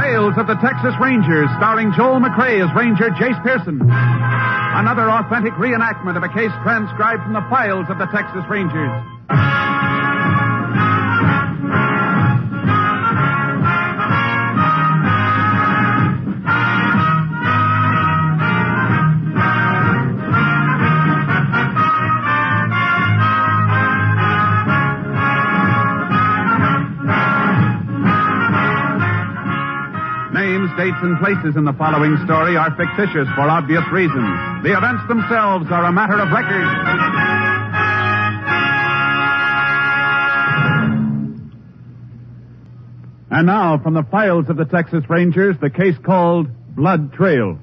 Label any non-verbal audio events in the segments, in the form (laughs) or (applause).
Tales of the Texas Rangers, starring Joel McRae as Ranger Jace Pearson. Another authentic reenactment of a case transcribed from the files of the Texas Rangers. Names, dates, and places in the following story are fictitious for obvious reasons. The events themselves are a matter of record. And now, from the files of the Texas Rangers, the case called Blood Trail.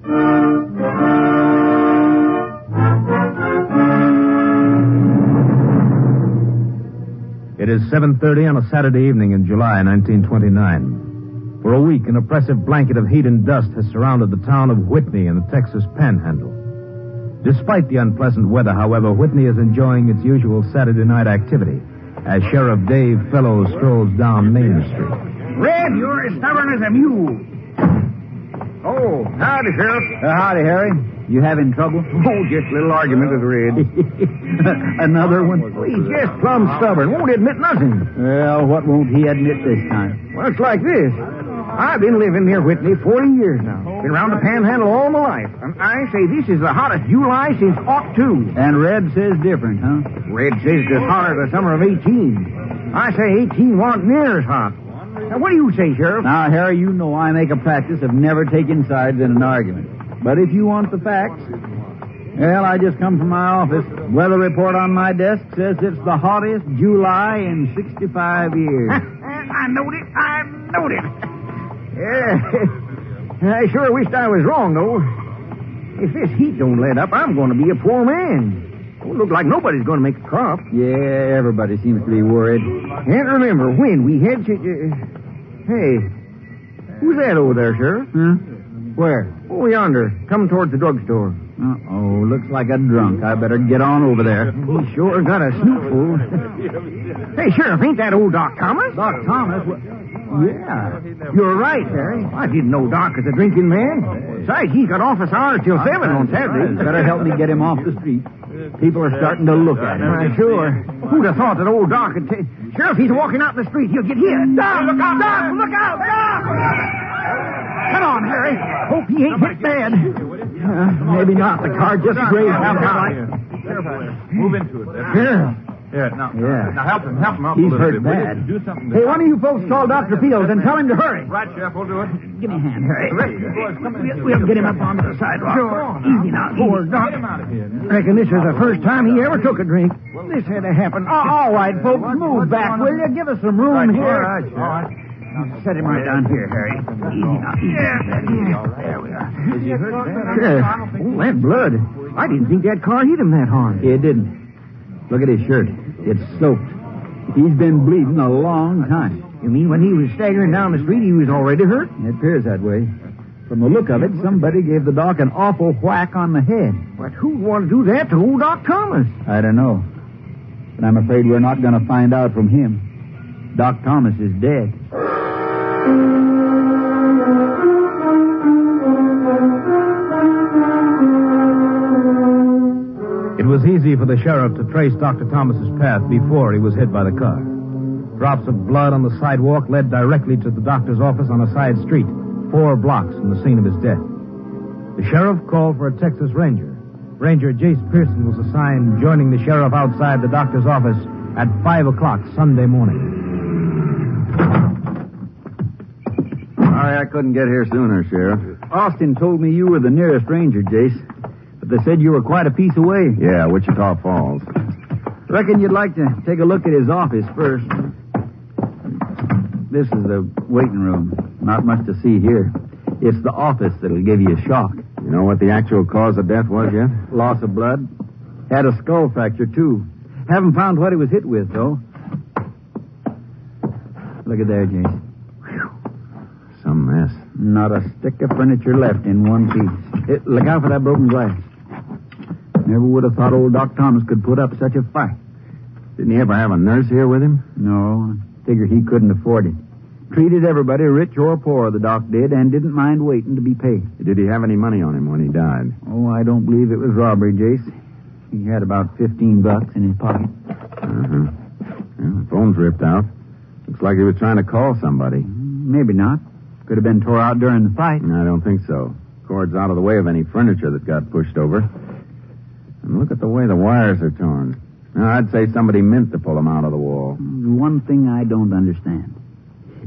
It is 7:30 on a Saturday evening in July 1929. For a week, an oppressive blanket of heat and dust has surrounded the town of Whitney in the Texas Panhandle. Despite the unpleasant weather, however, Whitney is enjoying its usual Saturday night activity as Sheriff Dave Fellows strolls down Main Street. Red, you're as stubborn as a mule. Oh, howdy, Sheriff. Uh, howdy, Harry. You having trouble? (laughs) Oh, just a little argument with Red. (laughs) Another one? He's just plumb stubborn. Won't admit nothing. Well, what won't he admit this time? Well, it's like this. I've been living near Whitney 40 years now. Been around the panhandle all my life. And I say this is the hottest July since ought to. And Red says different, huh? Red says it's hotter the summer of 18. I say 18 wasn't near as hot. Now, what do you say, Sheriff? Now, Harry, you know I make a practice of never taking sides in an argument. But if you want the facts, well, I just come from my office. Weather report on my desk says it's the hottest July in 65 years. I knowed it. I knowed it. Yeah. (laughs) I sure wished I was wrong, though. If this heat don't let up, I'm going to be a poor man. Don't look like nobody's going to make a crop. yeah, everybody seems to be worried. Can't remember when we had such a... Hey, who's that over there, Sheriff? Huh? Hmm? Where? Oh, yonder, coming towards the drugstore. Uh-oh, looks like a drunk. I better get on over there. He sure got a snootful. hey, Sheriff, ain't that old Doc Thomas? Doc Thomas, what... Yeah. You're right, Harry. I didn't know Doc was a drinking man. Besides, he's got office hours till seven on Saturdays. Better help me get him off the street. People are starting to look at him. Why, sure. Who'd have thought that old Doc would take... Sheriff, he's walking out in the street. He'll get hit. Doc, look out! Doc, look out! Doc! Come on, Harry. Hope he ain't hit bad. Uh, maybe not. The car just grazed him. Move into it. Yeah. Yeah, now, Yeah. now help him, help him up He's a little hurt bit. will you? bad. Do something. Hey, one of you folks call Dr. Fields and tell him to hurry. Right, Sheriff, we'll do it. Give me a hand, Harry. Boys, come in here. We'll get him up onto the sidewalk. Sure. Easy now. Poor Doc. Get him out of here. now. Reckon this is the first time he ever took a drink. This had to happen. Oh, all right, folks, move back, will you? Give us some room Right, here. all right, Sheriff. Now, Set him right down here, Harry. Easy now. Yeah, there we are. Yeah. Oh, that blood. I didn't think that car hit him that hard. It didn't. Look at his shirt. It's soaked. He's been bleeding a long time. You mean when he was staggering down the street, he was already hurt? It appears that way. From the look of it, somebody gave the doc an awful whack on the head. But who'd want to do that to old Doc Thomas? I don't know. But I'm afraid we're not going to find out from him. Doc Thomas is dead. It was easy for the sheriff to trace Dr. Thomas's path before he was hit by the car. Drops of blood on the sidewalk led directly to the doctor's office on a side street, four blocks from the scene of his death. The sheriff called for a Texas Ranger. Ranger Jace Pearson was assigned joining the sheriff outside the doctor's office at 5 o'clock Sunday morning. Sorry I couldn't get here sooner, Sheriff. Austin told me you were the nearest ranger, Jace. But they said you were quite a piece away. Yeah, Wichita Falls. Reckon you'd like to take a look at his office first. This is the waiting room. Not much to see here. It's the office that'll give you a shock. You know what the actual cause of death was yet? Loss of blood. Had a skull fracture, too. Haven't found what he was hit with, though. Look at there, Jace. Some mess. Not a stick of furniture left in one piece. Eh, look out for that broken glass. Never would have thought old Doc Thomas could put up such a fight. Didn't he ever have a nurse here with him? Oh, No, I figure he couldn't afford it. Treated everybody, rich or poor, the Doc did, and didn't mind waiting to be paid. Did he have any money on him when he died? Oh, I don't believe it was robbery, Jace. He had about 15 bucks in his pocket. Uh-huh. Yeah, the phone's ripped out. Looks like he was trying to call somebody. Mm, Maybe not. Could have been tore out during the fight. I don't think so. Cord's out of the way of any furniture that got pushed over. And look at the way the wires are torn. Now, I'd say somebody meant to pull them out of the wall. The Mm, One thing I don't understand.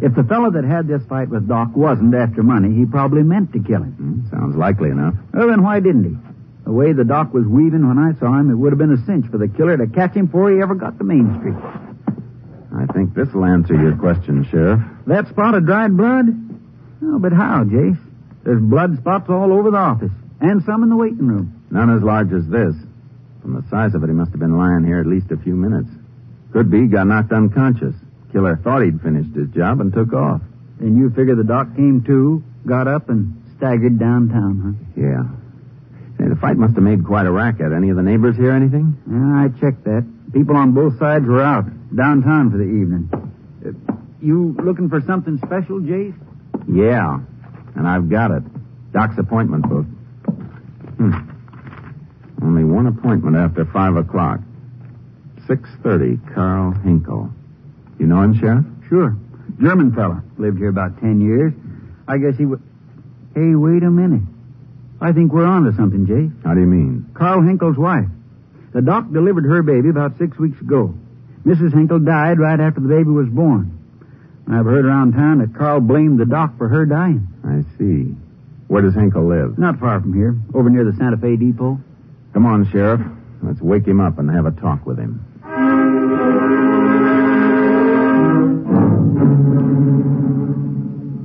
If the fellow that had this fight with Doc wasn't after money, he probably meant to kill him. Hmm, sounds likely enough. Well, then why didn't he? The way the Doc was weaving when I saw him, it would have been a cinch for the killer to catch him before he ever got to Main Street. I think this'll answer your Mm, question, Sheriff. That spot of dried blood? No, but how, Jace? There's blood spots all over the office, and some in the waiting room. None as large as this. From the size of it, he must have been lying here at least a few minutes. Could be he got knocked unconscious. Killer thought he'd finished his job and took off. And you figure the Doc came to, got up, and staggered downtown, huh? Yeah. Say, the fight must have made quite a racket. Any of the neighbors hear anything? Yeah, I checked that. People on both sides were out downtown for the evening. Uh, you looking for something special, Jace? Yeah. And I've got it. Doc's appointment book. Hmm. Only one appointment after five o'clock. Six thirty, Carl Hinkle. You know him, Sheriff? Sure. German fella. Lived here about ten years. I guess he would. Hey, wait a minute. I think we're on to something, Jace. How do you mean? Carl Hinkle's wife. The doc delivered her baby about six weeks ago. Mrs. Hinkle died right after the baby was born. I've heard around town that Carl blamed the doc for her dying. I see. Where does Hinkle live? Not far from here, over near the Santa Fe Depot. Come on, Sheriff. Let's wake him up and have a talk with him.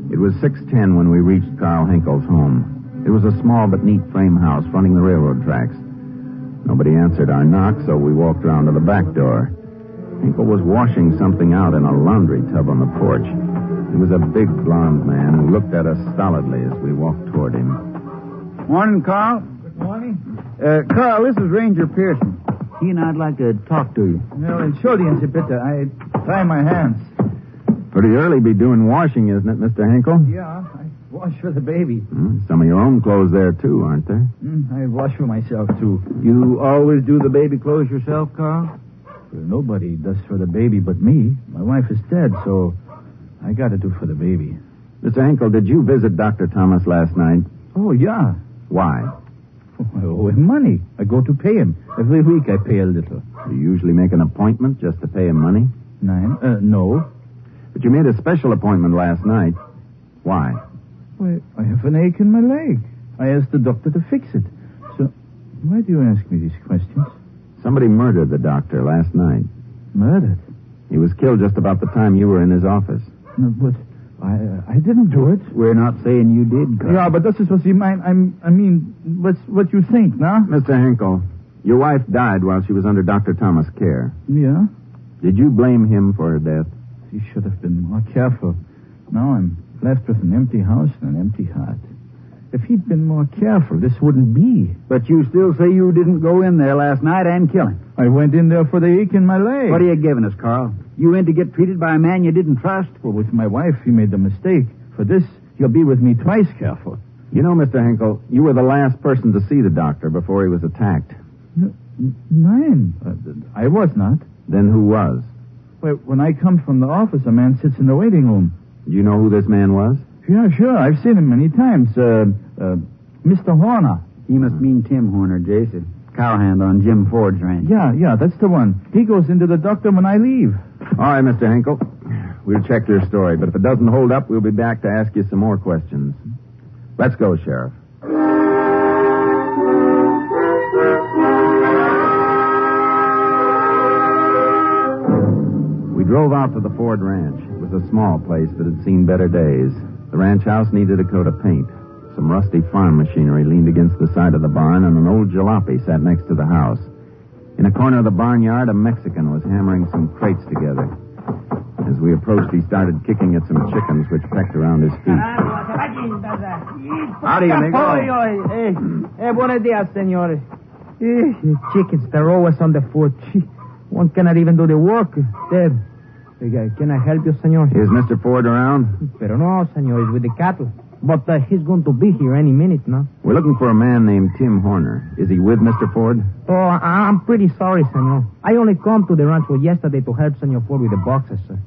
It was 6:10 when we reached Carl Hinkle's home. It was a small but neat frame house fronting the railroad tracks. Nobody answered our knock, so we walked round to the back door. Hinkle was washing something out in a laundry tub on the porch. He was a big blond man who looked at us stolidly as we walked toward him. Morning, Carl. Good morning. Uh, Carl, this is Ranger Pearson. He and I'd like to talk to you. No, entschuldigen Sie bitte. I dry my hands. Pretty early be doing washing, isn't it, Mr. Hinkle? Yeah, I wash for the baby. Hmm, Some of your own clothes there, too, aren't there? Hmm, Mm, I wash for myself, too. You always do the baby clothes yourself, Carl? Well, nobody does for the baby but me. My wife is dead, so I gotta do for the baby. Mr. Hinkle, did you visit Dr. Thomas last night? Oh, yeah. Why? (laughs) I owe him money. I go to pay him. Every week I pay a little. You usually make an appointment just to pay him money? Nine? Uh, no. But you made a special appointment last night. Why? Why, I have an ache in my leg. I asked the doctor to fix it. So, why do you ask me these questions? Somebody murdered the doctor last night. Murdered? He was killed just about the time you were in his office. No, but I, uh, I didn't do it. We're not saying you did, Carl. Yeah, but this is what you mean. I'm, I mean, what's what you think, nah? Mr. Hinkle, your wife died while she was under Dr. Thomas' care. Yeah. Did you blame him for her death? You should have been more careful. Now I'm left with an empty house and an empty heart. If he'd been more careful, this wouldn't be. But you still say you didn't go in there last night and kill him. I went in there for the ache in my leg. What are you giving us, Carl? You in to get treated by a man you didn't trust? Well, with my wife, he made the mistake. For this, you'll be with me twice careful. You know, Mr. Hinkle, you were the last person to see the doctor before he was attacked. N- Nein, uh, I was not. Then who was? Well, when I come from the office, a man sits in the waiting room. Do you know who this man was? Yeah, sure, I've seen him many times. Uh, uh, Mr. Horner. He must mean Tim Horner, Jason. Cowhand on Jim Ford's ranch. Yeah, yeah, that's the one. He goes into the doctor when I leave. All right, Mr. Hinkle. We'll check your story, but if it doesn't hold up, we'll be back to ask you some more questions. Let's go, Sheriff. We drove out to the Ford Ranch. It was a small place that had seen better days. The ranch house needed a coat of paint. Some rusty farm machinery leaned against the side of the barn, and an old jalopy sat next to the house. In a corner of the barnyard, a Mexican was hammering some crates together. As we approached, he started kicking at some chickens which pecked around his feet. How do you make Oy, oy, eh, eh, buenos días, señores. Eh, the chickens, they're always on the foot. Gee, One cannot even do the work. They're, Can I help you, senor? Is Mr. Ford around? Pero no, senor. He's with the cattle. But uh, he's going to be here any minute now. We're looking for a man named Tim Horner. Is he with Mr. Ford? Oh, I- I'm pretty sorry, senor. I only come to the rancho yesterday to help senor Ford with the boxes, sir.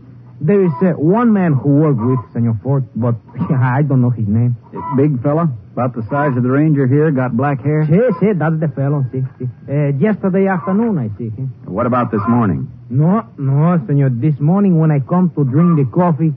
There is uh, one man who worked with senor Ford, but (laughs) I don't know his name. Big fella, about the size of the ranger here, got black hair. Si, si, that's the fellow, si, si. Uh, yesterday afternoon, I see him. What about this morning? No, no, senor. This morning when I come to drink the coffee,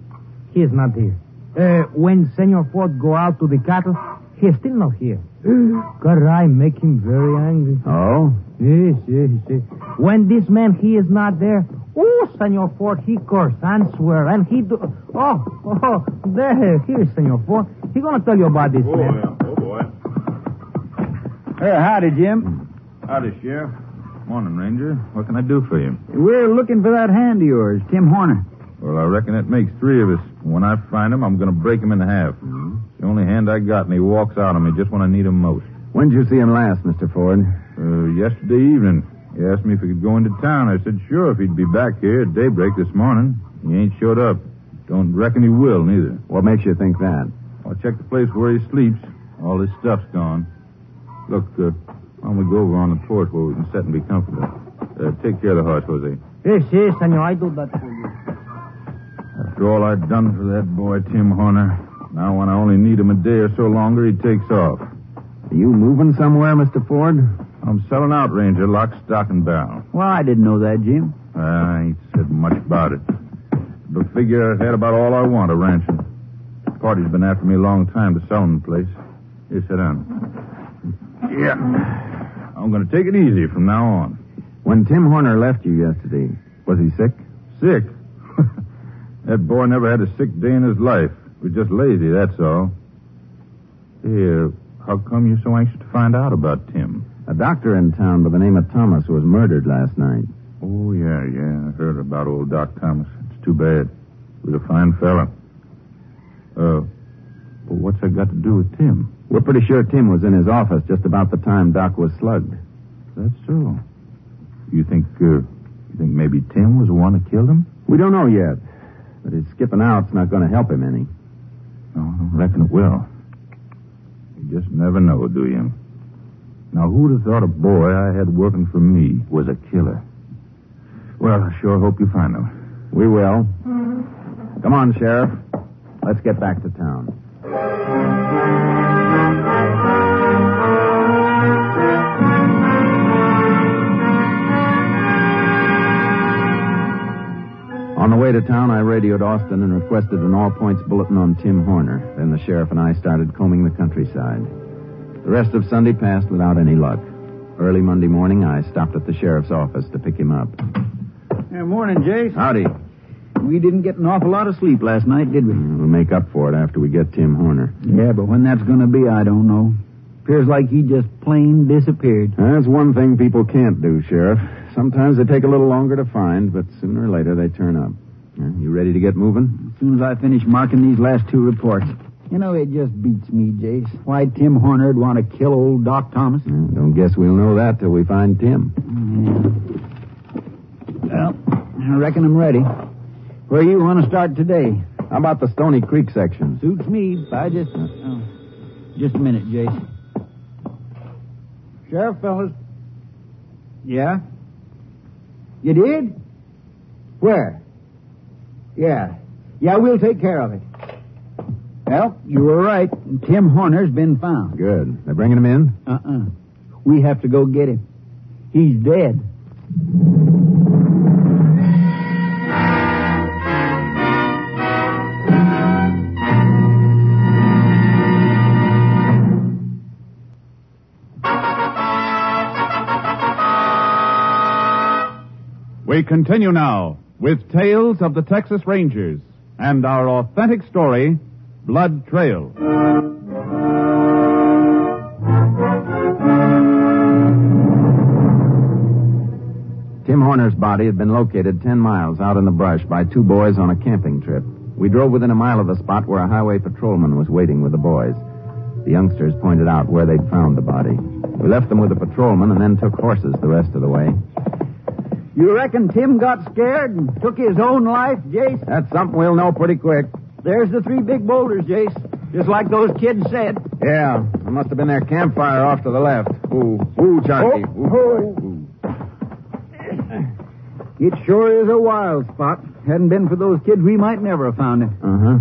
he is not here. Uh, when Senor Ford go out to the cattle, he is still not here. Caray, make him very angry. Oh? Yes, yes, yes. When this man, he is not there. Oh, Senor Ford, he curse and swear, and he do... Oh, oh, there, here's Senor Ford. He gonna tell you about this Oh, man. yeah. Oh, boy. Hey, howdy, Jim. Howdy, Sheriff. Morning, Ranger. What can I do for you? We're looking for that hand of yours, Tim Horner. Well, I reckon that makes three of us. When I find him, I'm going to break him in half. Mm-hmm. It's the only hand I got, and he walks out on me just when I need him most. When did you see him last, Mr. Ford? Uh, yesterday evening, he asked me if he could go into town. I said, sure, if he'd be back here at daybreak this morning. He ain't showed up. Don't reckon he will, neither. What makes you think that? I'll check the place where he sleeps. All his stuff's gone. Look, uh, why don't we go over on the porch where we can sit and be comfortable? Uh, take care of the horse, Jose. Yes, yes, Eh, Senor, I do that for you. After all I've done for that boy, Tim Horner, now when I only need him a day or so longer, he takes off. Are you moving somewhere, Mr. Ford? I'm selling out Ranger, lock, stock, and barrel. Well, I didn't know that, Jim. I ain't said much about it. But figure I had about all I want of ranching. Party's been after me a long time to sell him the place. Here, sit down. Yeah. I'm going to take it easy from now on. When Tim Horner left you yesterday, was he sick? Sick? (laughs) that boy never had a sick day in his life. He was just lazy, that's all. Here, how come you're so anxious to find out about Tim? A doctor in town by the name of Thomas was murdered last night. Oh, yeah, yeah. I heard about old Doc Thomas. It's too bad. He was a fine fella. Uh, well, what's that got to do with Tim? We're pretty sure Tim was in his office just about the time Doc was slugged. That's so. You think, uh, you think maybe Tim was the one that killed him? We don't know yet, but his skipping out's not going to help him any. No, Oh, I don't reckon it will. You just never know, do you? Now, who'd have thought a boy I had working for me was a killer? Well, I sure hope you find him. We will. Come on, Sheriff. Let's get back to town. On the way to town, I radioed Austin and requested an all points bulletin on Tim Horner. Then the sheriff and I started combing the countryside. The rest of Sunday passed without any luck. Early Monday morning, I stopped at the sheriff's office to pick him up. morning, Jace. Howdy. We didn't get an awful lot of sleep last night, did we? We'll make up for it after we get Tim Horner. Yeah, but when that's going to be, I don't know. Appears like he just plain disappeared. That's one thing people can't do, Sheriff. Sometimes they take a little longer to find, but sooner or later they turn up. Uh, You ready to get moving? As soon as I finish marking these last two reports. You know, it just beats me, Jace. Why Tim Horner'd want to kill old Doc Thomas. Uh, Don't guess we'll know that till we find Tim. Well, I reckon I'm ready. Where you want to start today? How about the Stony Creek section? Suits me. I just. Oh, just a minute, Jace. Sheriff, fellas. Yeah? You did? Where? Yeah. Yeah, we'll take care of it. Well, you were right. Tim Horner's been found. Good. They're bringing him in? Uh uh We have to go get him. He's dead. We continue now with Tales of the Texas Rangers and our authentic story, Blood Trail. Tim Horner's body had been located 10 miles out in the brush by two boys on a camping trip. We drove within a mile of the spot where a highway patrolman was waiting with the boys. The youngsters pointed out where they'd found the body. We left them with the patrolman and then took horses the rest of the way. You reckon Tim got scared and took his own life, Jace? That's something we'll know pretty quick. There's the three big boulders, Jace. Just like those kids said. Yeah, it must have been their campfire off to the left. Ooh, ooh, Chunky. Ooh, ooh. It sure is a wild spot. Hadn't been for those kids, we might never have found it. Uh-huh.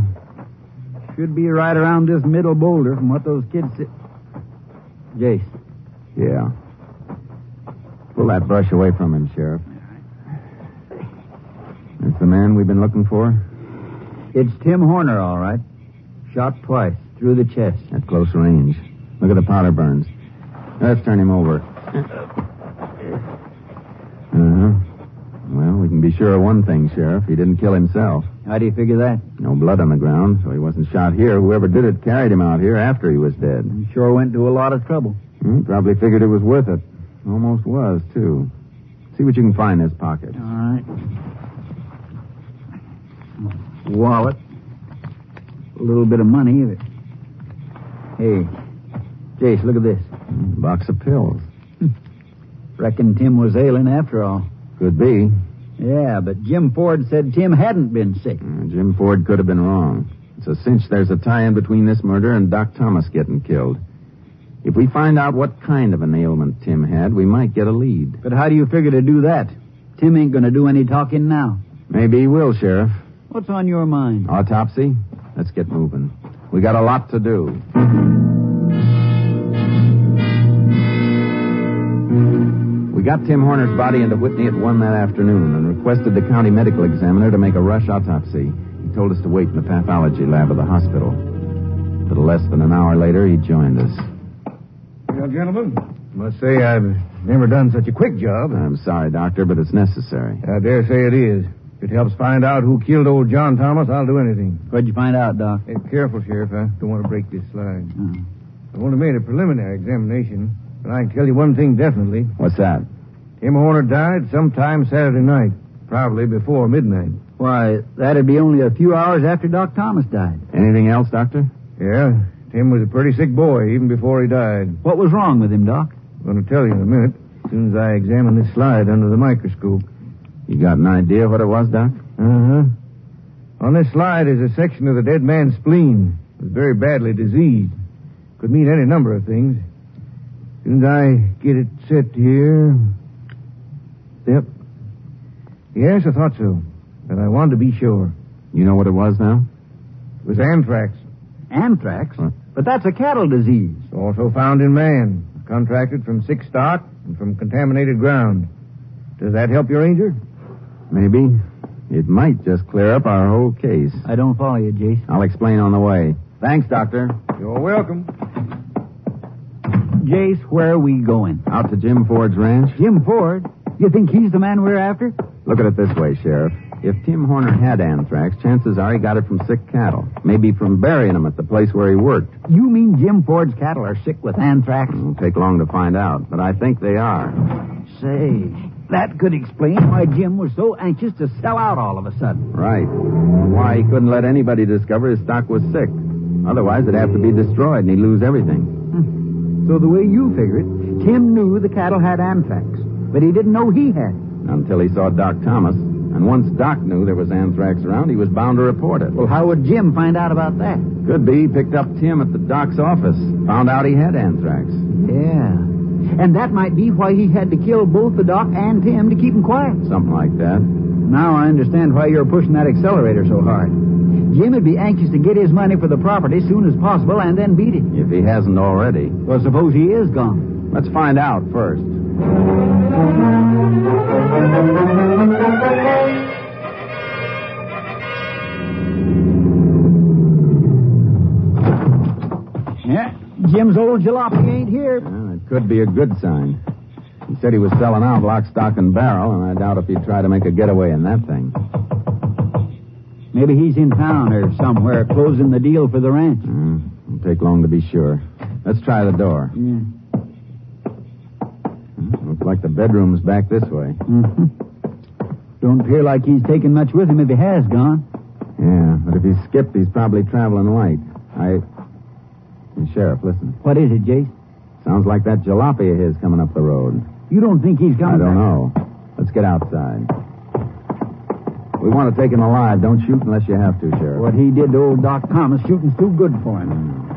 Should be right around this middle boulder from what those kids said. Jace. Yeah. Pull that brush away from him, Sheriff. It's the man we've been looking for? It's Tim Horner, all right. Shot twice, through the chest. At close range. Look at the powder burns. Let's turn him over. Uh huh. Well, we can be sure of one thing, Sheriff. He didn't kill himself. How do you figure that? No blood on the ground, so he wasn't shot here. Whoever did it carried him out here after he was dead. He sure went to a lot of trouble. Hmm, probably figured it was worth it. Almost was, too. See what you can find in his pocket. All right. Wallet. A little bit of money. that- Hey, Jace, look at this. Hmm. Hmm, Box of pills. Reckon Tim was ailing after all. Could be. Yeah, but Jim Ford said Tim hadn't been sick. Uh, Jim Ford could have been wrong. It's a cinch there's a tie in between this murder and Doc Thomas getting killed. If we find out what kind of an ailment Tim had, we might get a lead. But how do you figure to do that? Tim ain't going to do any talking now. Maybe he will, Sheriff. What's on your mind? Autopsy? Let's get moving. We got a lot to do. We got Tim Horner's body into Whitney at 1 that afternoon and requested the county medical examiner to make a rush autopsy. He told us to wait in the pathology lab of the hospital. A little less than an hour later, he joined us. Well, gentlemen, must say I've never done such a quick job. I'm sorry, Doctor, but it's necessary. I dare say it is. If it helps find out who killed old John Thomas, I'll do anything. What'd you find out, Doc? Oh. Hey, careful, Sheriff. I don't want to break this slide. I only made a preliminary examination, but I can tell you one thing definitely. What's that? Tim Horner died sometime Saturday night, probably before midnight. Why, that'd be only a few hours after Doc Thomas died. Anything else, Doctor? Yeah, Tim was a pretty sick boy even before he died. What was wrong with him, Doc? I'm going to tell you in a minute, as soon as I examine this slide under the microscope. You got an idea what it was, Doc? Uh-huh. On this slide is a section of the dead man's spleen. It was very badly diseased. Could mean any number of things. As soon as I get it set here. Yep. Yes, I thought so. But I wanted to be sure. You know what it was now? It was anthrax. Anthrax? Huh. But that's a cattle disease. It's also found in man. Contracted from sick stock and from contaminated ground. Does that help you, Ranger? Maybe. It might just clear up our whole case. I don't follow you, Jace. I'll explain on the way. Thanks, Doctor. You're welcome. Jace, where are we going? Out to Jim Ford's ranch. Jim Ford? You think he's the man we're after? Look at it this way, Sheriff. If Tim Horner had anthrax, chances are he got it from sick cattle. Maybe from burying them at the place where he worked. You mean Jim Ford's cattle are sick with anthrax? It'll take long to find out, but I think they are. Say, that could explain why Jim was so anxious to sell out all of a sudden. Right. Why he couldn't let anybody discover his stock was sick. Otherwise, it'd have to be destroyed and he'd lose everything. Hmm. So the way you figure it, Tim knew the cattle had anthrax, but he didn't know he had. it. Until he saw Doc Thomas. And once Doc knew there was anthrax around, he was bound to report it. Well, how would Jim find out about that? Could be. Picked up Tim at the doc's office. Found out he had anthrax. Yeah. And that might be why he had to kill both the doc and Tim to keep him quiet. Something like that. Now I understand why you're pushing that accelerator so hard. Jim would be anxious to get his money for the property soon as possible and then beat it. If he hasn't already. Well, suppose he is gone. Let's find out first. Yeah. Jim's old jalopy ain't here. Well, it could be a good sign. He said he was selling out lock, stock, and barrel, and I doubt if he'd try to make a getaway in that thing. Maybe he's in town or somewhere closing the deal for the ranch. Mm, it'll take long to be sure. Let's try the door. Yeah. Mm, Looks like the bedroom's back this way. hmm Don't appear like he's taken much with him if he has gone. Yeah, but if he skipped, he's probably traveling light. I. Hey, Sheriff, listen. What is it, Jace? Sounds like that jalopy of his coming up the road. You don't think he's I coming? don't back? know. Let's get outside. We want to take him alive. Don't shoot unless you have to, Sheriff. What he did to old Doc Thomas, shooting's too good for him.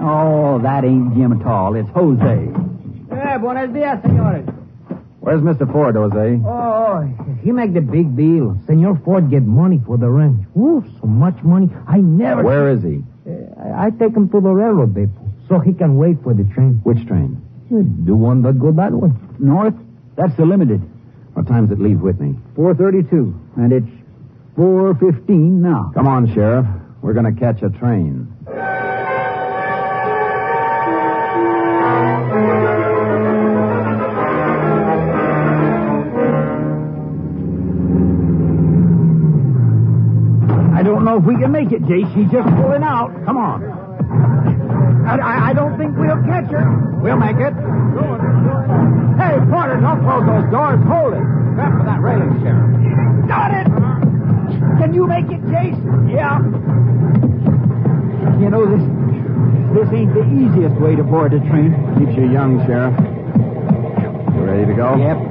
Oh, that ain't Jim at all. It's Jose. Eh, buenos dias, senores. Where's Mr. Ford, Jose? Oh, he make the big deal. Senor Ford get money for the ranch. Woo, so much money. I never... Where is he? I I take him to the railroad depot so he can wait for the train. Which train? Do one that go that way. North? That's the limited. What time's it leave Whitney? 432. And it's 415 now. Come on, Sheriff. We're going to catch a train. I don't know if we can make it, Jase. She's just pulling out. Come on. I, I, I don't think we'll catch her. We'll make it. Hey, Porter, don't close those doors. Hold it. Grab for that railing, Sheriff. Got it! Can you make it, Jase? Yeah. You know, this this ain't the easiest way to board a train. Keeps you young, Sheriff. You ready to go? Yep.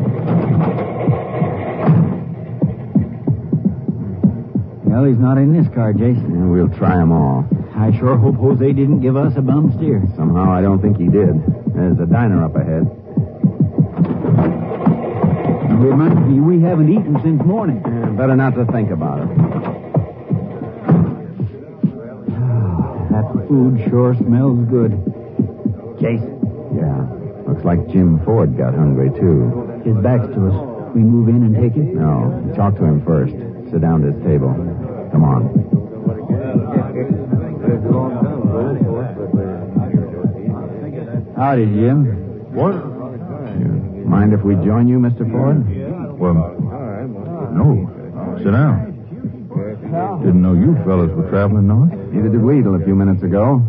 Well, he's not in this car, Jason. Yeah, we'll try them all. I sure hope Jose didn't give us a bum steer. Somehow I don't think he did. There's a diner up ahead. Reminds me, we haven't eaten since morning. Yeah, better not to think about it. That food sure smells good. Jason, Yeah. Looks like Jim Ford got hungry, too. his back's to us. We move in and take him? No, talk to him first. Sit down at his table. Come on. Howdy, Jim. What? You mind if we join you, Mr. Ford? Well, no. Sit down. Didn't know you fellas were traveling north. Neither did we till a few minutes ago.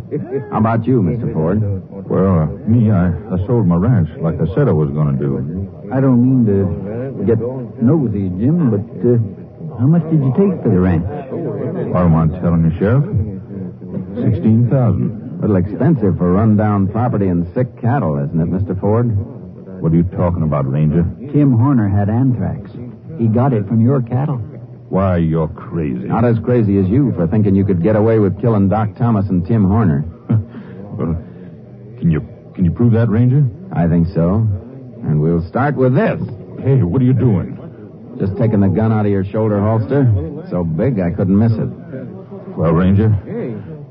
How about you, Mr. Ford? Well, uh, me, I, I sold my ranch like I said I was going to do. I don't mean to get nosy, Jim, but uh, how much did you take for the ranch? Why am I telling you, Sheriff? Sixteen thousand. A little expensive for rundown property and sick cattle, isn't it, Mr. Ford? What are you talking about, Ranger? Tim Horner had anthrax. He got it from your cattle. Why, you're crazy. Not as crazy as you for thinking you could get away with killing Doc Thomas and Tim Horner. (laughs) Well, can you can you prove that, Ranger? I think so. And we'll start with this. Hey, what are you doing? Just taking the gun out of your shoulder holster. So big I couldn't miss it. Well, Ranger,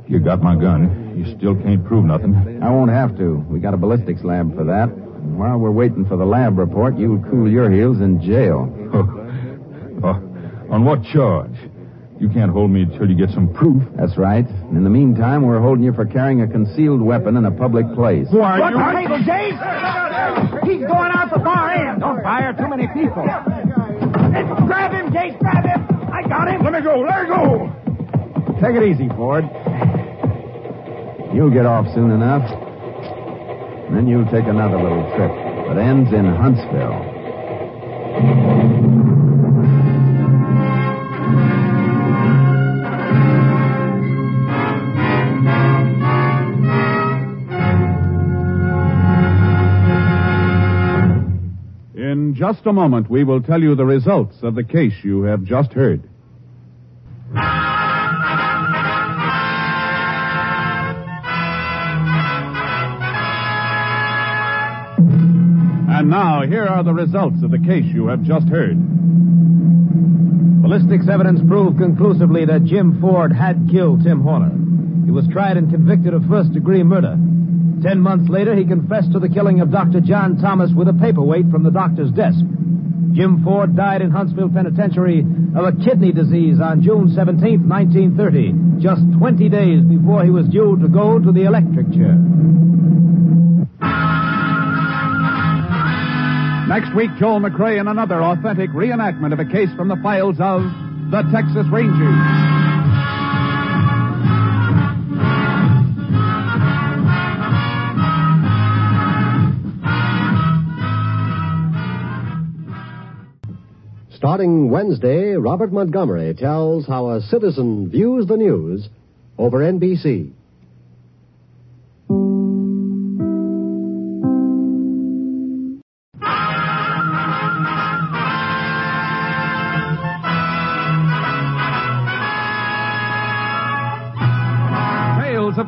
you got my gun. You still can't prove nothing. I won't have to. We got a ballistics lab for that. And while we're waiting for the lab report, you'll cool your heels (laughs) in jail. Oh, on what charge? You can't hold me until you get some proof. That's right. And in the meantime, we're holding you for carrying a concealed weapon in a public place. Why, What the table, Jase? He's going out the far end. Don't fire too many people. Grab him, Jase. Grab him. I got him. Let me go. Let me go. Take it easy, Ford. You'll get off soon enough. And then you'll take another little trip that ends in Huntsville. In just a moment, we will tell you the results of the case you have just heard. And now, here are the results of the case you have just heard. Ballistics evidence proved conclusively that Jim Ford had killed Tim Horner. He was tried and convicted of first degree murder. Ten months later, he confessed to the killing of Dr. John Thomas with a paperweight from the doctor's desk. Jim Ford died in Huntsville Penitentiary of a kidney disease on June 17, 1930, just 20 days before he was due to go to the electric chair. Next week, Joel McRae in another authentic reenactment of a case from the files of the Texas Rangers. Starting Wednesday, Robert Montgomery tells how a citizen views the news over NBC. of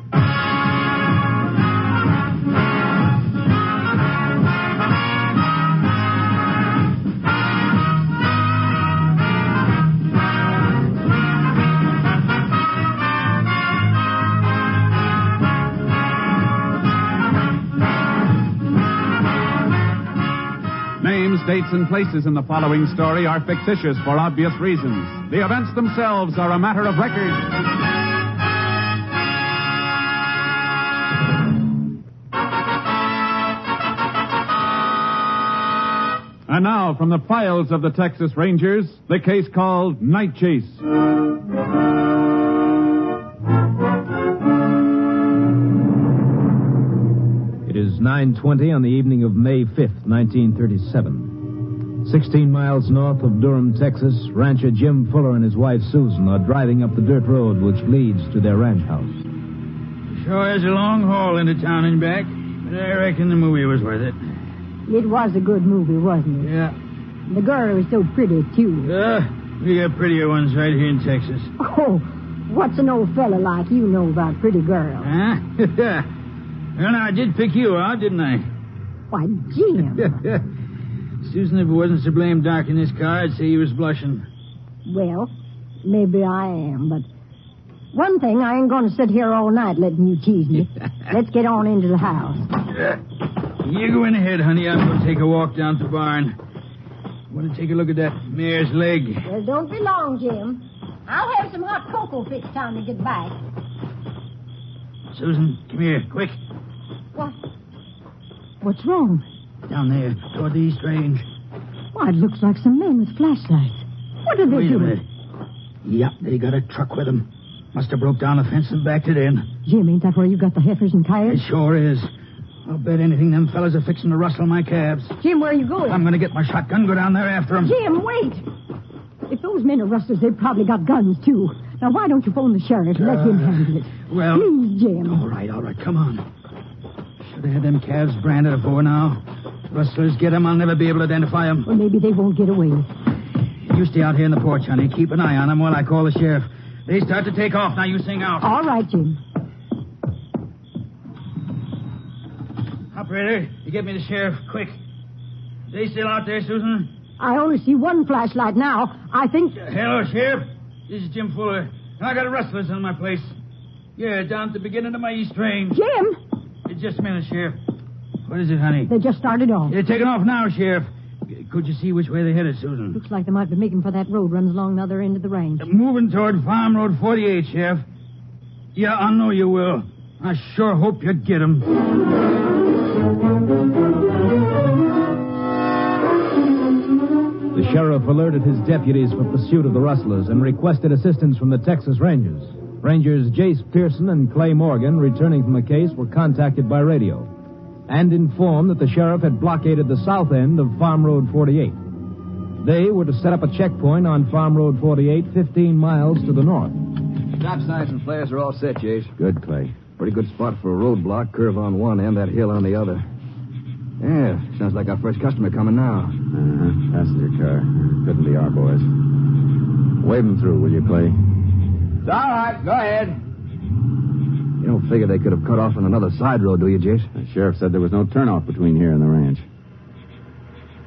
Names, dates, and places in the following story are fictitious for obvious reasons. The events themselves are a matter of record. And now, from the files of the Texas Rangers, the case called Night Chase. It is 9:20 on the evening of May 5th, 1937. 16 miles north of Durham, Texas, rancher Jim Fuller and his wife Susan are driving up the dirt road which leads to their ranch house. Sure is a long haul into town and back, but I reckon the movie was worth it. It was a good movie, wasn't it? Yeah. The girl was so pretty, too. Uh, we got prettier ones right here in Texas. Oh, what's an old fella like you know about pretty girls? Huh? (laughs) well, now, I did pick you out, didn't I? Why, Jim. (laughs) Susan, if it wasn't so blame dark in this car, I'd say you was blushing. well, maybe I am, but one thing, I ain't going to sit here all night letting you tease (laughs) me. Let's get on into the house. You go in ahead, honey. I'm going to take a walk down to the barn. I want to take a look at that mare's leg. Well, don't be long, Jim. I'll have some hot cocoa fixed time to get back. Susan, come here, quick. What? What's wrong? Down there, toward the east range. Why, it looks like some men with flashlights. What are they Wait a doing? minute. Yep, they got a truck with them. Must have broke down the fence and backed it in. Jim, ain't that where you got the heifers and It coyotes? sure is. I'll bet anything them fellas are fixing to rustle my calves. Jim, where are you going? I'm going to get my shotgun, go down there after 'em. Jim, wait! If those men are rustlers, they've probably got guns, too. Now, why don't you phone the sheriff and let him Uh, handle it? Well, Please, Jim. all right, all right, come on. Should have had them calves branded afore now. Rustlers get 'em, I'll never be able to identify 'em. Or maybe they won't get away. You stay out here in the porch, honey. Keep an eye on 'em while I call the sheriff. They start to take off. Now you sing out. All right, Jim. Operator, you get me the sheriff, quick. They still out there, Susan? I only see one flashlight now. I think. Hello, Sheriff. This is Jim Fuller. I got rustlers in my place. Yeah, down at the beginning of my east range. Jim! Uh, Just a minute, Sheriff. What is it, honey? They just started off. They're taking off now, Sheriff. C- Could you see which way they headed, Susan? Looks like they might be making for that road runs along the other end of the range. They're moving toward Farm Road 48, Sheriff. Yeah, I know you will. I sure hope you get 'em. The sheriff alerted his deputies for pursuit of the rustlers and requested assistance from the Texas Rangers. Rangers Jace Pearson and Clay Morgan, returning from the case, were contacted by radio and informed that the sheriff had blockaded the south end of Farm Road 48. They were to set up a checkpoint on Farm Road 48, 15 miles to the north. Stop signs and flares are all set, Jace. Good, Clay. Pretty good spot for a roadblock, curve on one end, that hill on the other. Yeah, sounds like our first customer coming now. Uh-huh. Passenger car. Couldn't be our boys. Wave 'em through, will you, Clay? It's all right, go ahead. You don't figure they could have cut off on another side road, do you, Jace? The sheriff said there was no turnoff between here and the ranch.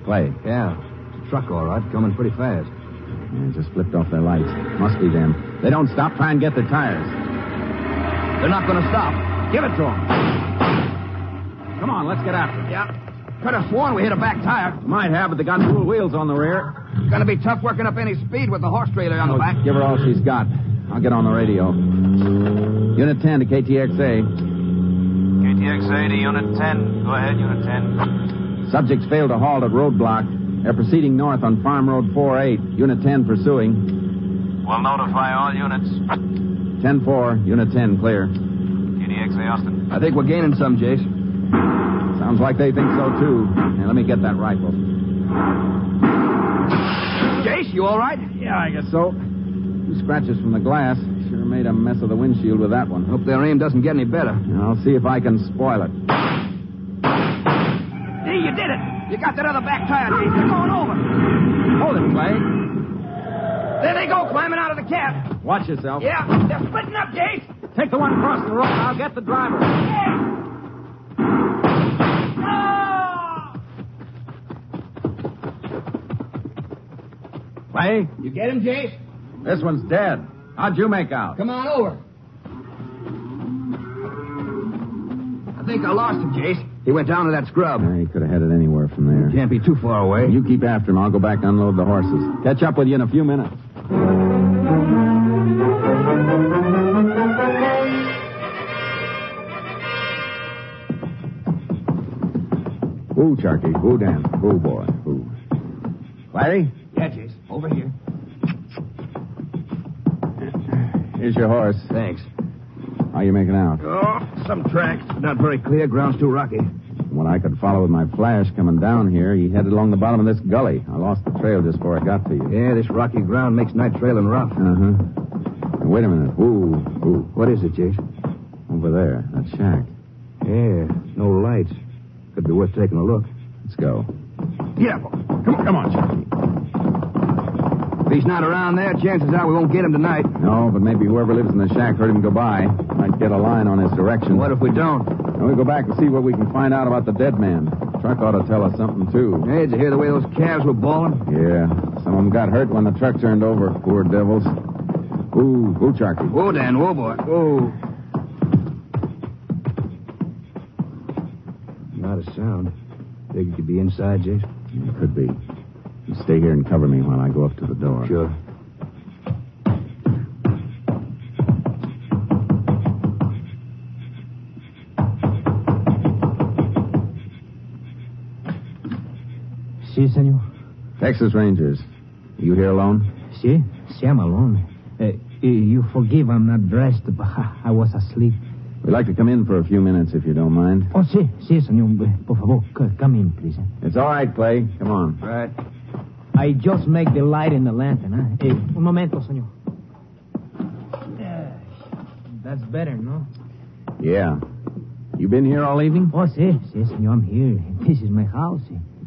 Clay. Yeah, it's a truck, all right, coming pretty fast. Yeah, just flipped off their lights. Must be them. They don't stop, try and get their tires. They're not going to stop. Give it to them. Come on, let's get after it. Yeah. Could have sworn we hit a back tire. Might have, but they got dual wheels on the rear. Gonna be tough working up any speed with the horse trailer Oh, on the back. Oh, Give her all she's got. I'll get on the radio. Unit 10 to KTXA. KTXA to Unit 10. Go ahead, Unit 10. Subjects failed to halt at roadblock. They're proceeding north on Farm Road 48. Unit 10 pursuing. We'll notify all units. 10 4, Unit 10 clear. KTXA Austin. I think we're gaining some, Jace. Sounds like they think so, too. Now, let me get that rifle. Jace, you all right? Yeah, I guess so. Two scratches from the glass. Sure made a mess of the windshield with that one. Hope their aim doesn't get any better. I'll see if I can spoil it. See, you did it. You got that other back tire, Ah! Chief. They're going over. Hold it, Clay. There they go, climbing out of the cab. Watch yourself. Yeah, they're splitting up, Jase. Take the one across the road. I'll get the driver. Clay? You get him, Jase? This one's dead. How'd you make out? Come on over. I think I lost him, Jase. He went down to that scrub. he could have headed anywhere from there. Can't be too far away. You keep after him. I'll go back and unload the horses. Catch up with you in a few minutes. Woo, Charky. Woo, Dan. Woo, boy. Woo. Larry, Yeah, Jase. Over here. here's your horse. Thanks. How you making out? Oh, some tracks. Not very clear. Ground's too rocky. When I could follow with my flash coming down here, he headed along the bottom of this gully. I lost the trail just before I got to you. Yeah, this rocky ground makes night trailing rough. Uh huh. Wait a minute. Ooh, ooh. What is it, Jase? Over there, that shack. Yeah, no lights. Could be worth taking a look. Let's go. Yeah, boy. Come on, come on, Charlie. If he's not around there, chances are we won't get him tonight. No, but maybe whoever lives in the shack heard him go by. Might get a line on his direction. What if we don't? And we go back and see what we can find out about the dead man. Truck ought to tell us something, too. Hey, did you hear the way those calves were bawling? Yeah. Some of them got hurt when the truck turned over. Poor devils. Ooh, ooh, Charky. Whoa, Dan, whoa, boy. Whoa. Not a sound. Think you could be inside, Jason? It could be. You stay here and cover me while I go up to the door. Sure. Si, senor. Texas Rangers. You here alone? Si? Si, I'm alone. Uh, you- you forgive I'm not dressed, but I I was asleep. We'd like to come in for a few minutes if you don't mind. Oh, si, si, senor. Por favor, c- come in, please. eh. It's all right, Clay. Come on. Right. I just make the light in the lantern, huh? Eh, un momento, senor. Eh, That's better, no? Yeah. You been here all evening? Oh, si, si, senor, I'm here. This is my house.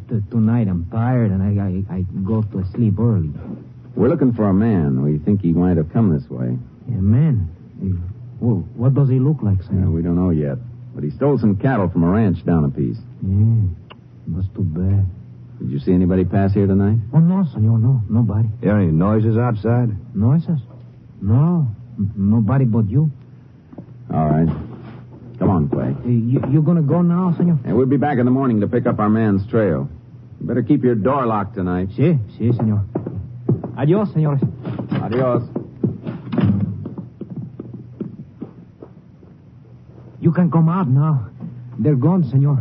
T- tonight I'm tired and I, I, I go to sleep early. We're looking for a man. We think he might have come this way. Yeah, man. Eh, Whoa, what does he look like, senor? Uh, we don't know yet. But he stole some cattle from a ranch down a piece. Yeah, that's too bad. Did you see anybody pass here tonight? Oh, no, senor, no, nobody. Hear any noises outside? Noises? No, n- nobody but you. All right. Come on, Clay. Eh, You, you're gonna go now, senor? And we'll be back in the morning to pick up our man's trail. You better keep your door locked tonight. Si, si, senor. Adios, senores. Adios. You can come out now. They're gone, senor.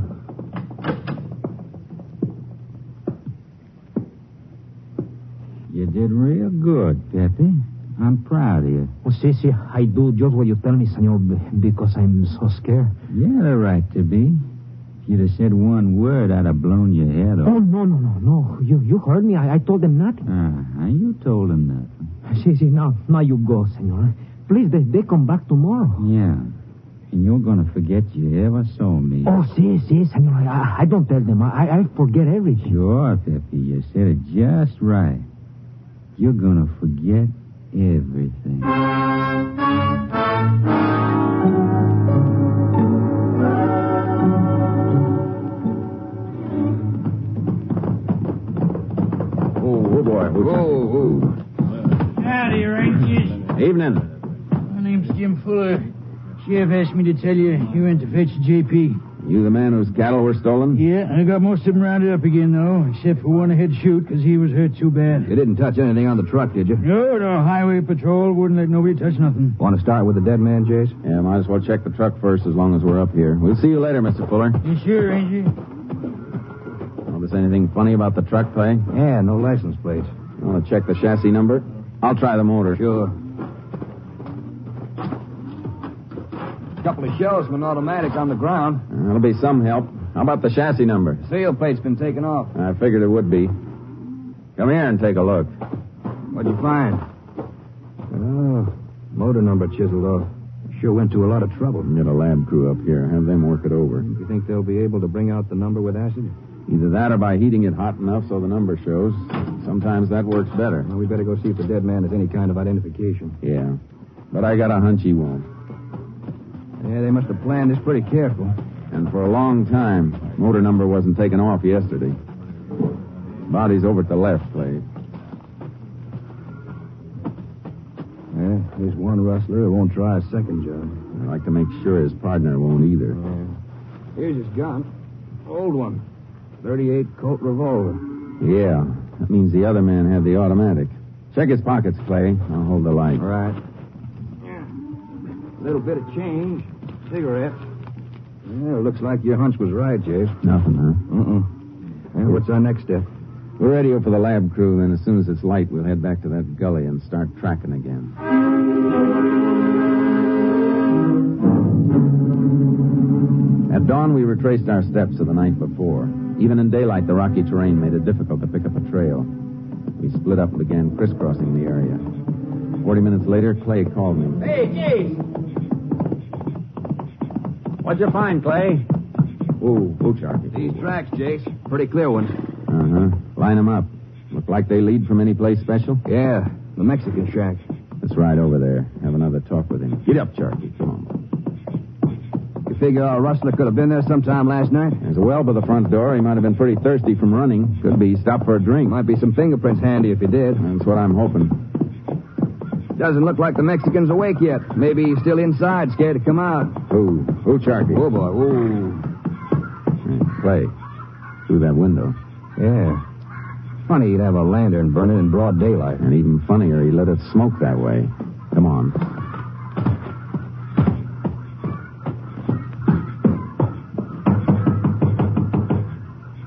You did real good, Pepe. I'm proud of you. Oh, si, si, I do just what you tell me, senor, b- because I'm so scared. You had a right to be. If you'd have said one word, I'd have blown your head Oh, off. no, no, no, no. You you heard me. I, I told them nothing. Uh-huh. You told him that. Si, si, now, now you go, senor. Please, they, they come back tomorrow. Yeah. And you're going to forget you ever saw me. Oh, si, si, senor. I, I don't tell them. I, I forget everything. Sure, Pepe. You said it just right. You're going to forget everything. Oh, oh boy. Whoa, Howdy, Rangers. whoa. Evening. My name's Jim Fuller. Sheriff asked me to tell you you went to fetch JP. You the man whose cattle were stolen? Yeah, I got most of them rounded up again, though, except for one I had shoot because he was hurt too bad. You didn't touch anything on the truck, did you? No, no, Highway Patrol wouldn't let nobody touch nothing. Want to start with the dead man, Jase? Yeah, might as well check the truck first as long as we're up here. We'll see you later, Mr. Fuller. You sure, Ranger? Notice anything funny about the truck, Clay? Yeah, no license plates. You want to check the chassis number? I'll try the motor. Sure. Couple of shells from an automatic on the ground. That'll Uh, be some help. How about the chassis number? Seal plate's been taken off. I figured it would be. Come here and take a look. What'd you find? Oh, motor number chiseled off. Sure went to a lot of trouble. Get a lab crew up here. Have them work it over. You think they'll be able to bring out the number with acid? Either that or by heating it hot enough so the number shows. Sometimes that works better. Well, we better go see if the dead man has any kind of identification. Yeah. But I got a hunch he won't. Yeah, they must have planned this pretty careful. And for a long time, motor number wasn't taken off yesterday. Body's over at the left, Clay. Yeah, there's one rustler who won't try a second job. I'd like to make sure his partner won't either. Yeah. Here's his gun. Old one. 38 Colt revolver. Yeah. That means the other man had the automatic. Check his pockets, Clay. I'll hold the light. All right. Yeah. A little bit of change. Cigarette. Yeah, looks like your hunch was right, Jase. Nothing, huh? Uh-uh. Yeah, what's our next step? We'll radio for the lab crew, then as soon as it's light, we'll head back to that gully and start tracking again. At dawn, we retraced our steps of the night before. Even in daylight, the rocky terrain made it difficult to pick up a trail. We split up and began crisscrossing the area. Forty minutes later, Clay called me. Hey, Jase! What'd you find, Clay? Ooh, boot charges. These tracks, Jase. Pretty clear ones. Uh huh. Line 'em up. Look like they lead from any place special? Yeah, the Mexican shack. Let's ride over there. Have another talk with him. Get up, Charlie. Come on. You figure our rustler could have been there sometime last night? There's a well by the front door. He might have been pretty thirsty from running. Could be stopped for a drink. Might be some fingerprints handy if he did. That's what I'm hoping. Doesn't look like the Mexican's awake yet. Maybe he's still inside, scared to come out. Ooh, ooh, Charlie. Oh, boy, ooh. Yeah, Clay, through that window. Yeah. Funny he'd have a lantern burning in broad daylight. And even funnier, he let it smoke that way. Come on.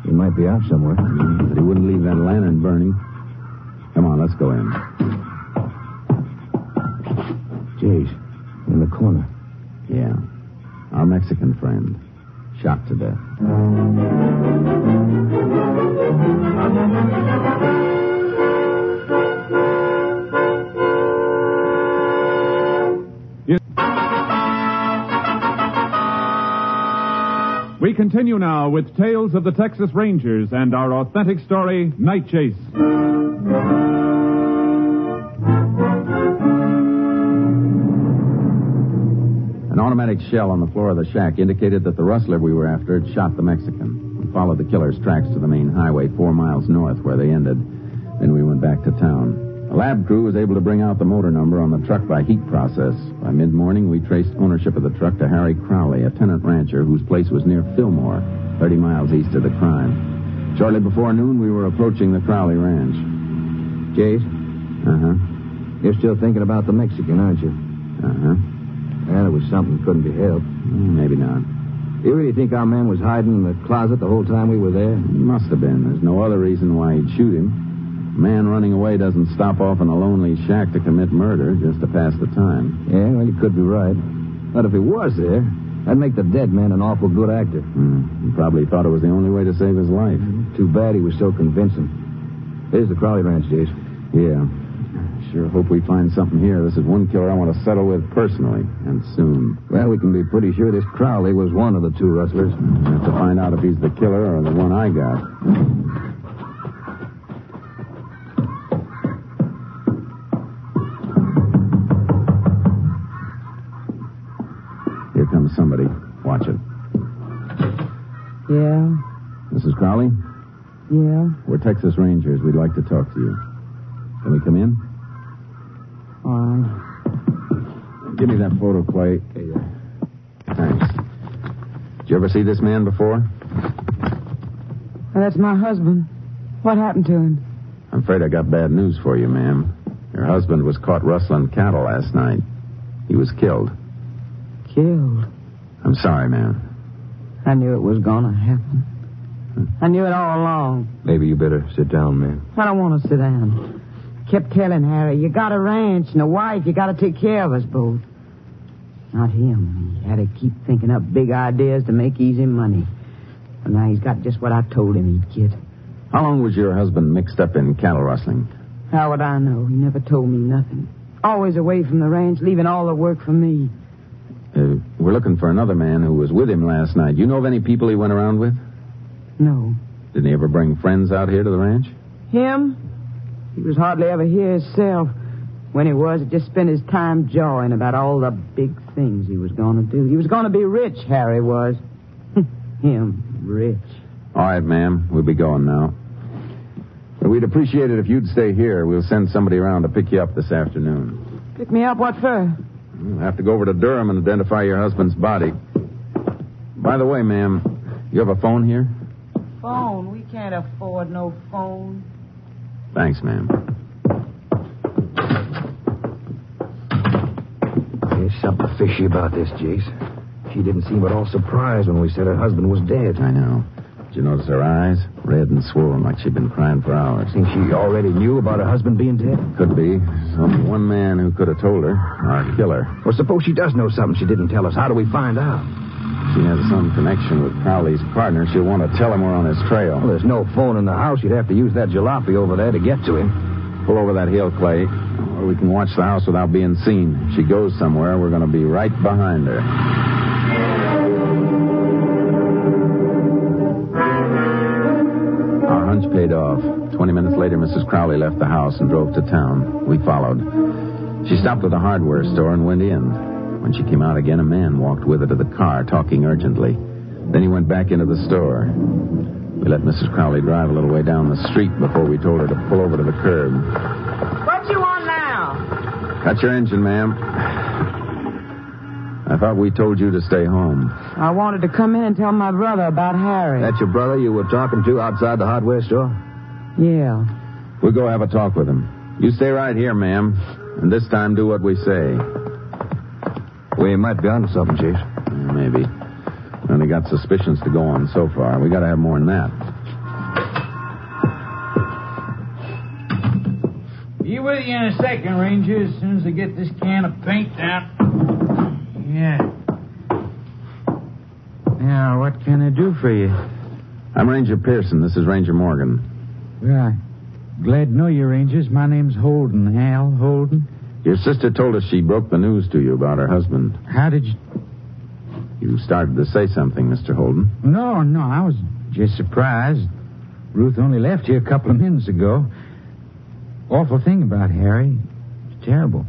He might be out somewhere. Mm, but he wouldn't leave that lantern burning. Come on, let's go in. Jeez, in the corner. Yeah. Our Mexican friend. Shot to death. We continue now with Tales of the Texas Rangers and our authentic story, Night Chase. An automatic shell on the floor of the shack indicated that the rustler we were after had shot the Mexican followed the killer's tracks to the main highway four miles north where they ended. Then we went back to town. The lab crew was able to bring out the motor number on the truck by heat process. By mid morning, we traced ownership of the truck to Harry Crowley, a tenant rancher whose place was near Fillmore, 30 miles east of the crime. Shortly before noon, we were approaching the Crowley ranch. Jase? Uh huh. You're still thinking about the Mexican, aren't you? Uh huh. Well, it was something couldn't be helped. Hmm, Maybe not. You really think our man was hiding in the closet the whole time we were there? He must have been. There's no other reason why he'd shoot him. A man running away doesn't stop off in a lonely shack to commit murder just to pass the time. Yeah, well, you could be right. But if he was there, that'd make the dead man an awful good actor. Hmm. Mm, he probably thought it was the only way to save his life. Too bad he was so convincing. Here's the Crowley Ranch, Jase. Yeah. Sure hope we find something here. This is one killer I want to settle with personally, and soon. Well, we can be pretty sure this Crowley was one of the two rustlers. We'll have to find out if he's the killer or the one I got. Here comes somebody. Watch it. Yeah? Mrs. Crowley? Yeah? We're Texas Rangers. We'd like to talk to you. Can we come in? Uh, Give me that photo, Clay. uh, Thanks. Did you ever see this man before? Well, that's my husband. What happened to him? I'm afraid I got bad news for you, ma'am. Your husband was caught rustling cattle last night. He was killed. Killed? I'm sorry, ma'am. I knew it was going to happen. I knew it all along. Maybe you better sit down, ma'am. I don't want to sit down kept telling Harry, you got a ranch and a wife, you got to take care of us both. Not him. He had to keep thinking up big ideas to make easy money. And now he's got just what I told him he'd get. How long was your husband mixed up in cattle rustling? How would I know? He never told me nothing. Always away from the ranch, leaving all the work for me. Uh, we're looking for another man who was with him last night. You know of any people he went around with? No. Didn't he ever bring friends out here to the ranch? Him? He was hardly ever here himself. When he was, he just spent his time jawing about all the big things he was going to do. He was going to be rich, Harry was. (laughs) Him, rich. All right, ma'am. We'll be going now. But we'd appreciate it if you'd stay here. We'll send somebody around to pick you up this afternoon. Pick me up, what for? We'll have to go over to Durham and identify your husband's body. By the way, ma'am, you have a phone here? Phone? We can't afford no phone. Thanks, ma'am. There's something fishy about this, Jace. She didn't seem at all surprised when we said her husband was dead. I know. Did you notice her eyes? Red and swollen like she'd been crying for hours. Think she already knew about her husband being dead? Could be. Some one man who could have told her. Or a killer. Well, suppose she does know something she didn't tell us. How do we find out? She has some connection with Crowley's partner. She'll want to tell him we're on his trail. Well, there's no phone in the house. You'd have to use that jalopy over there to get to him. Pull over that hill, Clay. Or we can watch the house without being seen. If she goes somewhere, we're going to be right behind her. Our hunch paid off. Twenty minutes later, Mrs. Crowley left the house and drove to town. We followed. She stopped at a hardware store and went in. When she came out again, a man walked with her to the car, talking urgently. Then he went back into the store. We let Mrs. Crowley drive a little way down the street before we told her to pull over to the curb. What you want now? Cut your engine, ma'am. I thought we told you to stay home. I wanted to come in and tell my brother about Harry. That's your brother you were talking to outside the hardware store? Yeah. We'll go have a talk with him. You stay right here, ma'am. And this time do what we say. We might be onto something, Chief. Maybe. We only got suspicions to go on so far. We gotta have more than that. Be with you in a second, Ranger, as soon as I get this can of paint out. Yeah. Now, what can I do for you? I'm Ranger Pearson. This is Ranger Morgan. Yeah. Glad to know you, Rangers. My name's Holden. Hal Holden. Your sister told us she broke the news to you about her husband. How did you. You started to say something, Mr. Holden. No, no, I was just surprised. Ruth only left here a couple of minutes ago. Awful thing about Harry. It's terrible.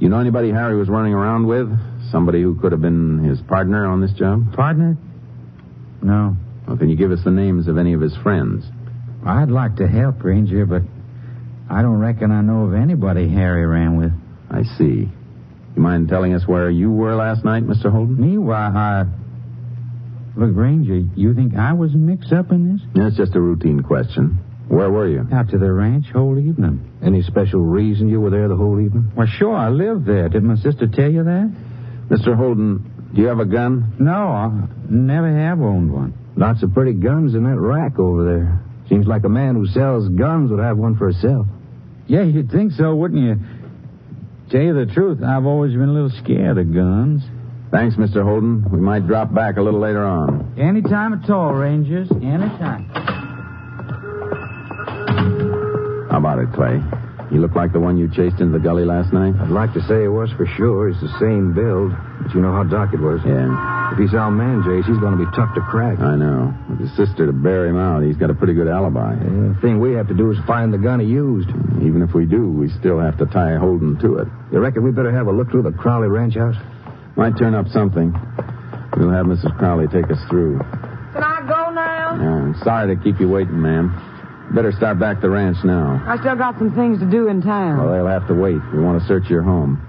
You know anybody Harry was running around with? Somebody who could have been his partner on this job? Partner? No. Well, can you give us the names of any of his friends? I'd like to help, Ranger, but I don't reckon I know of anybody Harry ran with. I see. You mind telling us where you were last night, Mr. Holden? Me? Why, I. Look, Ranger, you think I was mixed up in this? That's just a routine question. Where were you? Out to the ranch whole evening. Any special reason you were there the whole evening? Well, sure, I lived there. Did my sister tell you that? Mr. Holden, do you have a gun? No, I never have owned one. Lots of pretty guns in that rack over there. Seems like a man who sells guns would have one for himself. Yeah, you'd think so, wouldn't you? Tell you the truth, I've always been a little scared of guns. Thanks, Mr. Holden. We might drop back a little later on. Any time at all, Rangers. Any time. How about it, Clay? You look like the one you chased into the gully last night? I'd like to say it was for sure. He's the same build. But you know how Doc it was. Yeah. If he's our man, Jace, he's going to be tough to crack. I know. With his sister to bear him out, he's got a pretty good alibi. Yeah, the thing we have to do is find the gun he used. Even if we do, we still have to tie Holden to it. You reckon we better have a look through the Crowley ranch house? Might turn up something. We'll have Mrs. Crowley take us through. Can I go now? No, I'm sorry to keep you waiting, ma'am. Better start back the ranch now. I still got some things to do in town. Well, they'll have to wait. We want to search your home.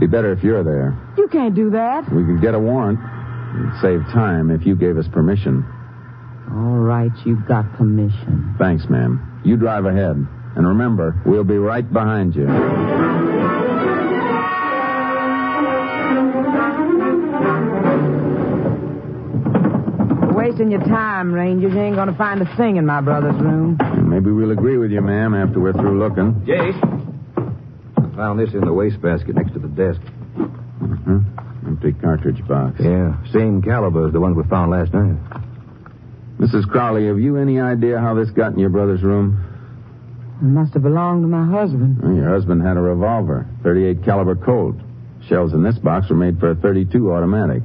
Be better if you're there. You can't do that. We could get a warrant. It'd save time if you gave us permission. All right, you've got permission. Thanks, ma'am. You drive ahead. And remember, we'll be right behind you. wasting your time, Rangers. You ain't gonna find a thing in my brother's room. Maybe we'll agree with you, ma'am, after we're through looking. Jace. I found this in the wastebasket next to the desk. Mm-hmm. Empty cartridge box. Yeah, same caliber as the ones we found last night. Mrs. Crowley, have you any idea how this got in your brother's room? It must have belonged to my husband. Well, your husband had a revolver, 38 caliber Colt. Shells in this box were made for a 32 automatic.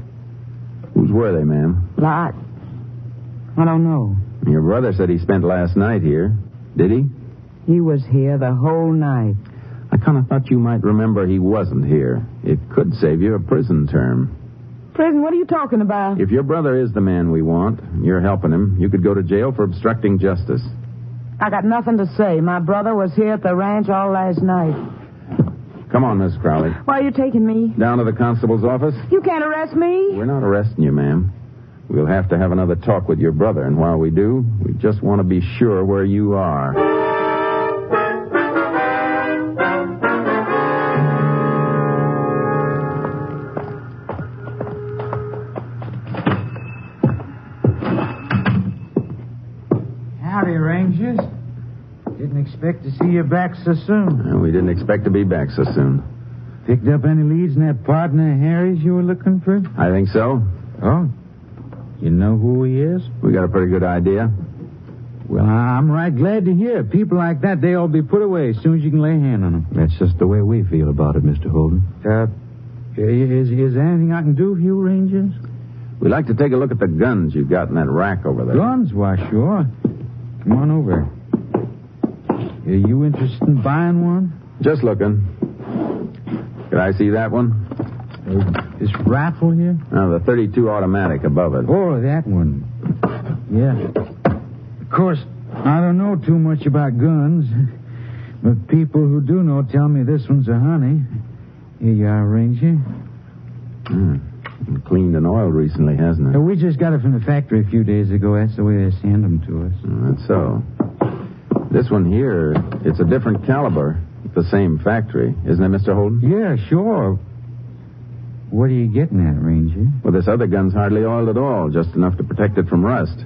Whose were they, ma'am? Like, I don't know. Your brother said he spent last night here. Did he? He was here the whole night. I kind of thought you might remember he wasn't here. It could save you a prison term. Prison, what are you talking about? If your brother is the man we want, you're helping him. You could go to jail for obstructing justice. I got nothing to say. My brother was here at the ranch all last night. Come on, Miss Crowley. Why are you taking me? Down to the constable's office. You can't arrest me. We're not arresting you, ma'am. We'll have to have another talk with your brother, and while we do, we just want to be sure where you are. Howdy, Rangers. Didn't expect to see you back so soon. And we didn't expect to be back so soon. Picked up any leads in that partner of Harry's you were looking for? I think so. Oh. You know who he is? We got a pretty good idea. Well, I'm right glad to hear. it. People like that, they all be put away as soon as you can lay a hand on them. That's just the way we feel about it, Mr. Holden. Uh, is, is there anything I can do for you, Rangers? We'd like to take a look at the guns you've got in that rack over there. Guns? Why, sure. Come on over. Are you interested in buying one? Just looking. Could I see that one? Uh, this rifle here? No, the 32 automatic above it. Oh, that one. Yeah. Of course, I don't know too much about guns, (laughs) but people who do know tell me this one's a honey. Here you are, Ranger. Mm. Been Cleaned and oiled recently, hasn't it? Uh, we just got it from the factory a few days ago. That's the way they send them to us. Mm, that's so. This one here, it's a different caliber. The same factory, isn't it, Mr. Holden? Yeah, sure. What are you getting at, Ranger? Well, this other gun's hardly oiled at all, just enough to protect it from rust.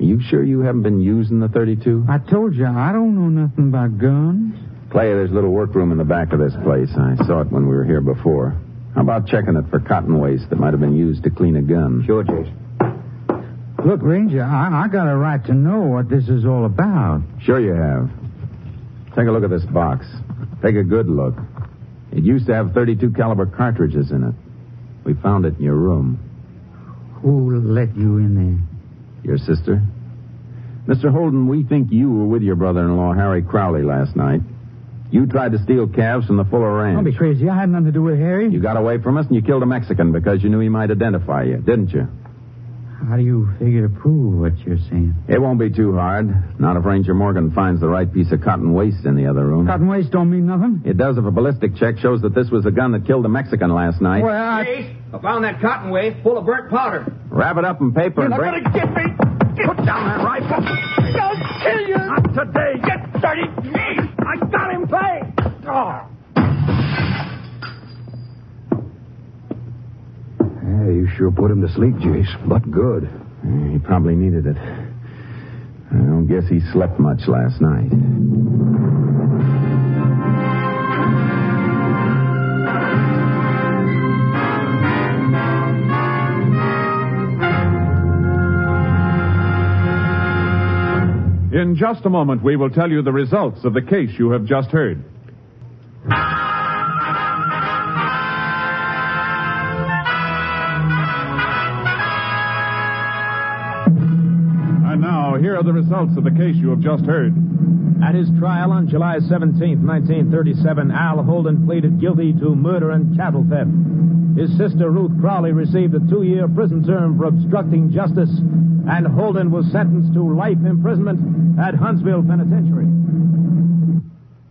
Are you sure you haven't been using the 32? I told you, I don't know nothing about guns. Clay, there's a little workroom in the back of this place. I saw it when we were here before. How about checking it for cotton waste that might have been used to clean a gun? Sure, Jason. Look, Ranger, I, I got a right to know what this is all about. Sure you have. Take a look at this box. Take a good look. It used to have 32 caliber cartridges in it. We found it in your room. Who let you in there? Your sister? Mr. Holden, we think you were with your brother-in-law, Harry Crowley, last night. You tried to steal calves from the Fuller Ranch. Don't be crazy. I had nothing to do with Harry. You got away from us and you killed a Mexican because you knew he might identify you, didn't you? How do you figure to prove what you're saying? It won't be too hard. Not if Ranger Morgan finds the right piece of cotton waste in the other room. Cotton waste don't mean nothing. It does if a ballistic check shows that this was the gun that killed the Mexican last night. Well, I... Jace, I found that cotton waste full of burnt powder. Wrap it up in paper You're and not going bring... to get me. Get Put down that rifle. I'll kill you. Not today. Get dirty. I got him pegged. Oh. Yeah, you sure put him to sleep, Jace, but good. Uh, He probably needed it. I don't guess he slept much last night. In just a moment, we will tell you the results of the case you have just heard. And now, here are the results of the case you have just heard. At his trial on July 17, 1937, Al Holden pleaded guilty to murder and cattle theft. His sister, Ruth Crowley, received a two year prison term for obstructing justice, and Holden was sentenced to life imprisonment at Huntsville Penitentiary.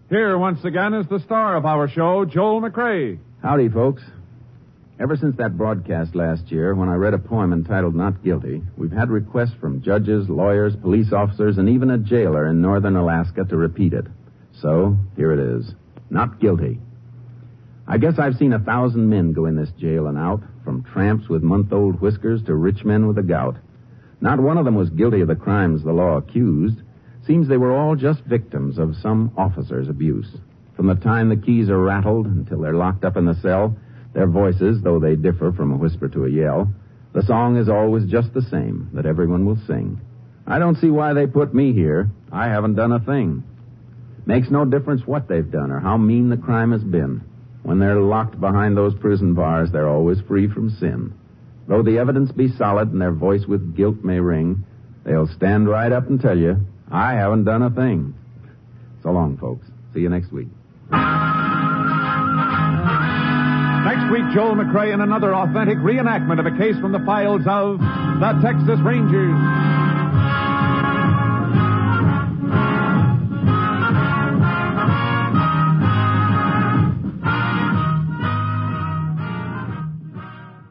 Here, once again, is the star of our show, Joel McRae. Howdy, folks. Ever since that broadcast last year, when I read a poem entitled Not Guilty, we've had requests from judges, lawyers, police officers, and even a jailer in northern Alaska to repeat it. So, here it is Not Guilty. I guess I've seen a thousand men go in this jail and out, from tramps with month old whiskers to rich men with a gout. Not one of them was guilty of the crimes the law accused. Seems they were all just victims of some officer's abuse. From the time the keys are rattled until they're locked up in the cell, their voices, though they differ from a whisper to a yell, the song is always just the same that everyone will sing. I don't see why they put me here. I haven't done a thing. Makes no difference what they've done or how mean the crime has been. When they're locked behind those prison bars, they're always free from sin. Though the evidence be solid and their voice with guilt may ring, They'll stand right up and tell you, I haven't done a thing. So long, folks. See you next week. Next week, Joel McRae in another authentic reenactment of a case from the files of the Texas Rangers.